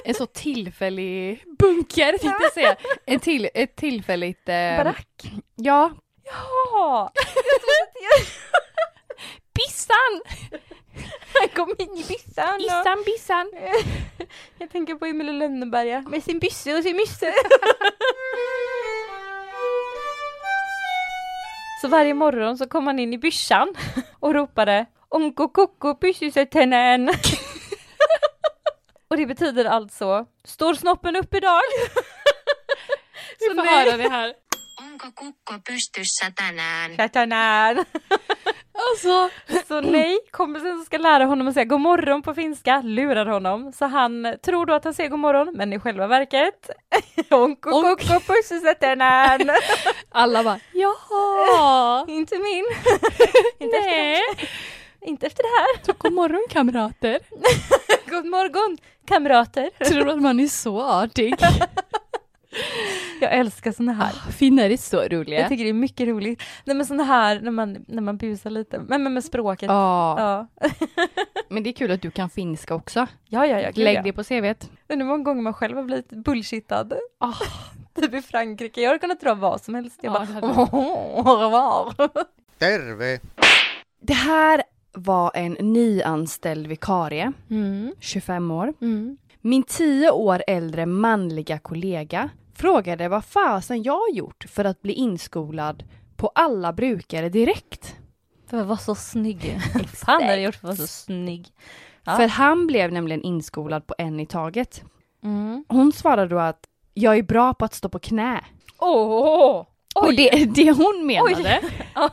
Speaker 2: en så tillfällig bunker tänkte jag säga. En till, ett tillfälligt... Eh,
Speaker 1: Barack.
Speaker 2: Ja.
Speaker 1: Ehm, Ja! Jag trodde att jag-
Speaker 2: Bissan!
Speaker 1: Han kom in i byssan och...
Speaker 2: Issan, bissan.
Speaker 1: Jag tänker på Emil i Lönneberga med sin bysse och sin mysse. så varje morgon så kom han in i byssan och ropade Onko koko pyssysetenen. och det betyder alltså Står snoppen upp idag?
Speaker 2: Vi får höra det här.
Speaker 1: Tätänään.
Speaker 2: Alltså,
Speaker 1: Så nej, kompisen som ska lära honom att säga god morgon på finska lurar honom. Så han tror då att han säger god morgon, men i själva verket... Onko
Speaker 2: Onk.
Speaker 1: koko pussusätternän!
Speaker 2: alla bara jaha.
Speaker 1: Inte min. Inte efter
Speaker 2: Nej.
Speaker 1: det- Inte efter det här.
Speaker 2: Så god morgon kamrater.
Speaker 1: God morgon kamrater.
Speaker 2: Tror att man är så artig.
Speaker 1: Jag älskar såna här.
Speaker 2: Finnar är så roliga.
Speaker 1: Jag tycker det är mycket roligt. Nej men såna här när man, när man busar lite. Men, men med språket.
Speaker 2: ja.
Speaker 1: Ja,
Speaker 2: Men det är kul att du kan finska också.
Speaker 1: ja, ja. ja, gud, ja.
Speaker 2: Lägg det på CVt.
Speaker 1: Undrar hur många gånger man själv har blivit bullshittad.
Speaker 2: Ah.
Speaker 1: Typ i Frankrike, jag hade kunnat dra vad som helst. Jag
Speaker 2: Ja, det
Speaker 1: bara,
Speaker 2: hade
Speaker 1: oh,
Speaker 8: Terve!
Speaker 2: Det här var en nyanställd vikarie,
Speaker 1: mm,
Speaker 2: 25 år.
Speaker 1: mm.
Speaker 2: Min 10 år äldre manliga kollega frågade vad fasen jag gjort för att bli inskolad på alla brukare direkt.
Speaker 1: För att vara så snygg. Fan har jag gjort för att vara så snygg. Ja.
Speaker 2: För han blev nämligen inskolad på en i taget.
Speaker 1: Mm.
Speaker 2: Hon svarade då att jag är bra på att stå på knä.
Speaker 1: Oh,
Speaker 2: Och det, det hon menade,
Speaker 1: Ja.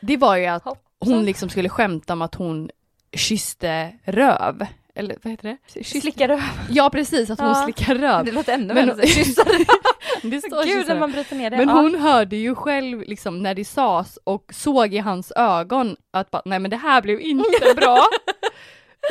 Speaker 2: det var ju att hon
Speaker 1: Hoppsan.
Speaker 2: liksom skulle skämta om att hon kysste röv. Eller vad heter det? Kysste-
Speaker 1: Slickar röv.
Speaker 2: Ja precis, att hon
Speaker 1: Ja.
Speaker 2: slickar röv.
Speaker 1: Det låter ännu
Speaker 2: Men-
Speaker 1: värre. så här, Kyssar röv.
Speaker 2: Det står
Speaker 1: Gud
Speaker 2: kyssta
Speaker 1: när
Speaker 2: röv.
Speaker 1: man bryter ner det. Ah.
Speaker 2: Men
Speaker 1: Ja.
Speaker 2: hon hörde ju själv liksom när det sas och såg i hans ögon att bara, nej men det här blev inte bra.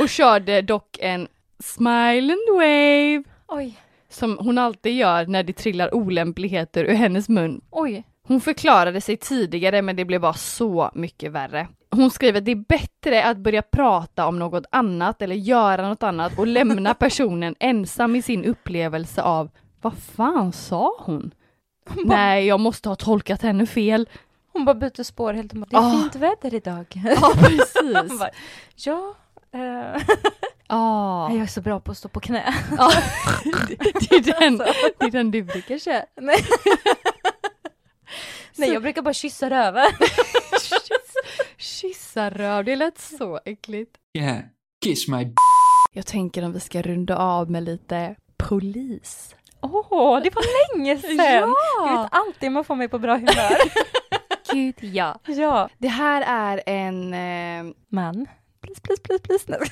Speaker 2: och körde dock en smile and wave
Speaker 1: Oj,
Speaker 2: som hon alltid gör när det trillar olämpligheter ur hennes mun.
Speaker 1: oj.
Speaker 2: Hon förklarade sig tidigare men det blev bara så mycket värre. Hon skriver att det är bättre att börja prata om något annat eller göra något annat och lämna personen ensam i sin upplevelse av vad fan sa hon? Nej, jag måste ha tolkat henne fel.
Speaker 1: Hon bara byter spår helt och hållet. Det är
Speaker 2: Ah.
Speaker 1: fint väder idag.
Speaker 2: Ja,
Speaker 1: Hon
Speaker 2: precis.
Speaker 1: bara, ja. eh,
Speaker 2: Ja,
Speaker 1: Jag är så bra på att stå på knä.
Speaker 2: Ja. det, är den, det är den du brukar köra.
Speaker 1: Nej. Nej, jag brukar bara kyssa röven.
Speaker 2: Kyssa röv, det lät så äckligt.
Speaker 9: Yeah, kiss my
Speaker 2: Jag tänker om vi ska runda av med lite polis.
Speaker 1: Åh, det var länge sedan! Jag vet alltid man får mig på bra humör.
Speaker 2: Gud ja.
Speaker 1: ja.
Speaker 2: Det här är en, eh,
Speaker 1: Man. Please, please, please, please. Nej.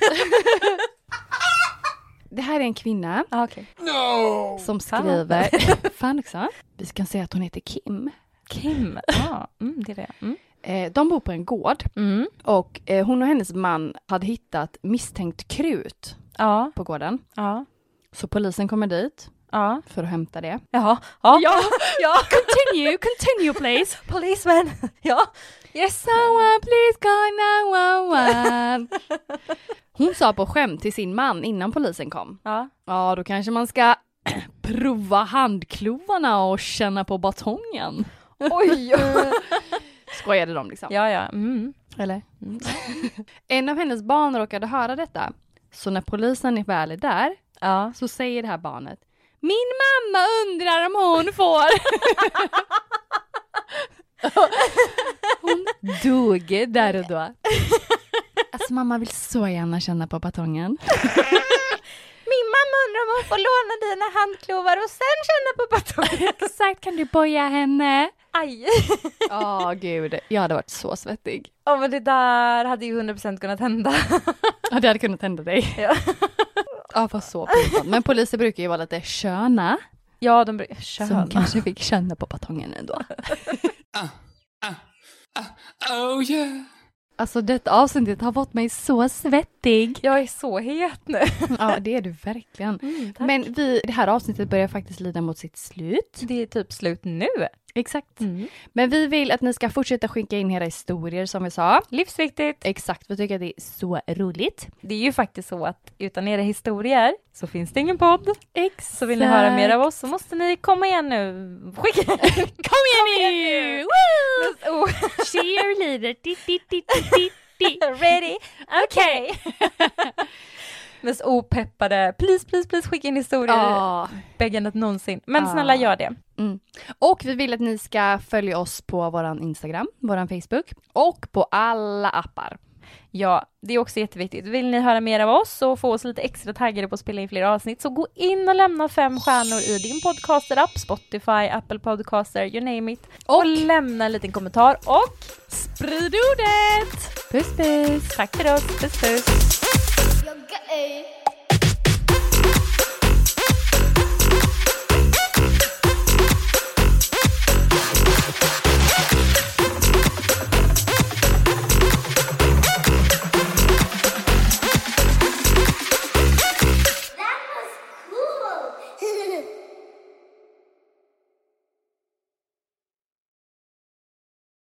Speaker 2: det här är en kvinna
Speaker 1: ah, okej.
Speaker 2: som
Speaker 1: Fan.
Speaker 2: skriver, fan också, vi ska säga att hon heter Kim.
Speaker 1: Kim. Ja, mm, det är det. Mm.
Speaker 2: Eh, de bor på en gård
Speaker 1: Mm.
Speaker 2: och eh, hon och hennes man hade hittat misstänkt krut
Speaker 1: Ja,
Speaker 2: på gården.
Speaker 1: ja,
Speaker 2: Så polisen kommer dit
Speaker 1: ja.
Speaker 2: för att hämta det.
Speaker 1: Jaha. Ja. ja.
Speaker 2: ja. continue, continue please.
Speaker 1: Policeman. ja. Yes.
Speaker 2: Someone please call 911. Hon sa på skämt till sin man innan polisen kom.
Speaker 1: Ja.
Speaker 2: Ja, då kanske man ska prova handklovarna och känna på batongen.
Speaker 1: Oj.
Speaker 2: Skojade de liksom.
Speaker 1: ja, ja. Mm.
Speaker 2: Eller? en av hennes barn råkade höra detta. Så när polisen väl är där
Speaker 1: Ja.
Speaker 2: så säger det här barnet Min mamma undrar om hon får. hon dog där och då. Alltså mamma vill så gärna känna på batongen.
Speaker 1: Min mamma undrar om hon får låna dina handklovar och sen känna på batongen.
Speaker 2: Exakt, kan du boja henne?
Speaker 1: Aj.
Speaker 2: Ja, gud. Jag hade varit så svettig.
Speaker 1: Ja, men det där hade ju 100% kunnat hända.
Speaker 2: Ja, det hade kunnat hända dig.
Speaker 1: Ja.
Speaker 2: Ja, fast så pinsamt. Men poliser brukar ju vara lite sköna.
Speaker 1: Ja, de brukar...
Speaker 2: Som kanske fick känna på batongen ändå.
Speaker 9: Oh yeah.
Speaker 2: Alltså detta avsnittet har fått mig så svettig.
Speaker 1: Jag är så het nu.
Speaker 2: Ja, det är du verkligen.
Speaker 1: Mm,
Speaker 2: Men vi, det här avsnittet börjar faktiskt lida mot sitt slut.
Speaker 1: det är typ slut nu.
Speaker 2: Exakt. Men vi vill att ni ska fortsätta skicka in era historier som vi sa.
Speaker 1: Livsviktigt.
Speaker 2: Exakt, vi tycker att det är så roligt.
Speaker 1: Det är ju faktiskt så att utan era historier så finns det ingen podd.
Speaker 2: Exakt.
Speaker 1: Så vill ni höra mer av oss så måste ni komma igen nu. Skicka!
Speaker 2: Kom igen nu! Woo!
Speaker 1: oh,
Speaker 2: Cheerleader! Di, di, di, di, di.
Speaker 1: ready? Okej! Mest opeppade. Please, please, please skicka in historier.
Speaker 2: Ja.
Speaker 1: Bägge än att någonsin. Men
Speaker 2: Ja.
Speaker 1: snälla gör det.
Speaker 2: Och vi vill att ni ska följa oss på våran Instagram, våran Facebook och på alla appar.
Speaker 1: Ja, det är också jätteviktigt. Vill ni höra mer av oss och få oss lite extra taggade på att spela in fler avsnitt så gå in och lämna fem stjärnor i din podcaster-app, Spotify, Apple Podcaster, you name it. Och, lämna en liten kommentar och sprid ordet! Puss puss! Tack för oss, puss puss!
Speaker 8: You're gay.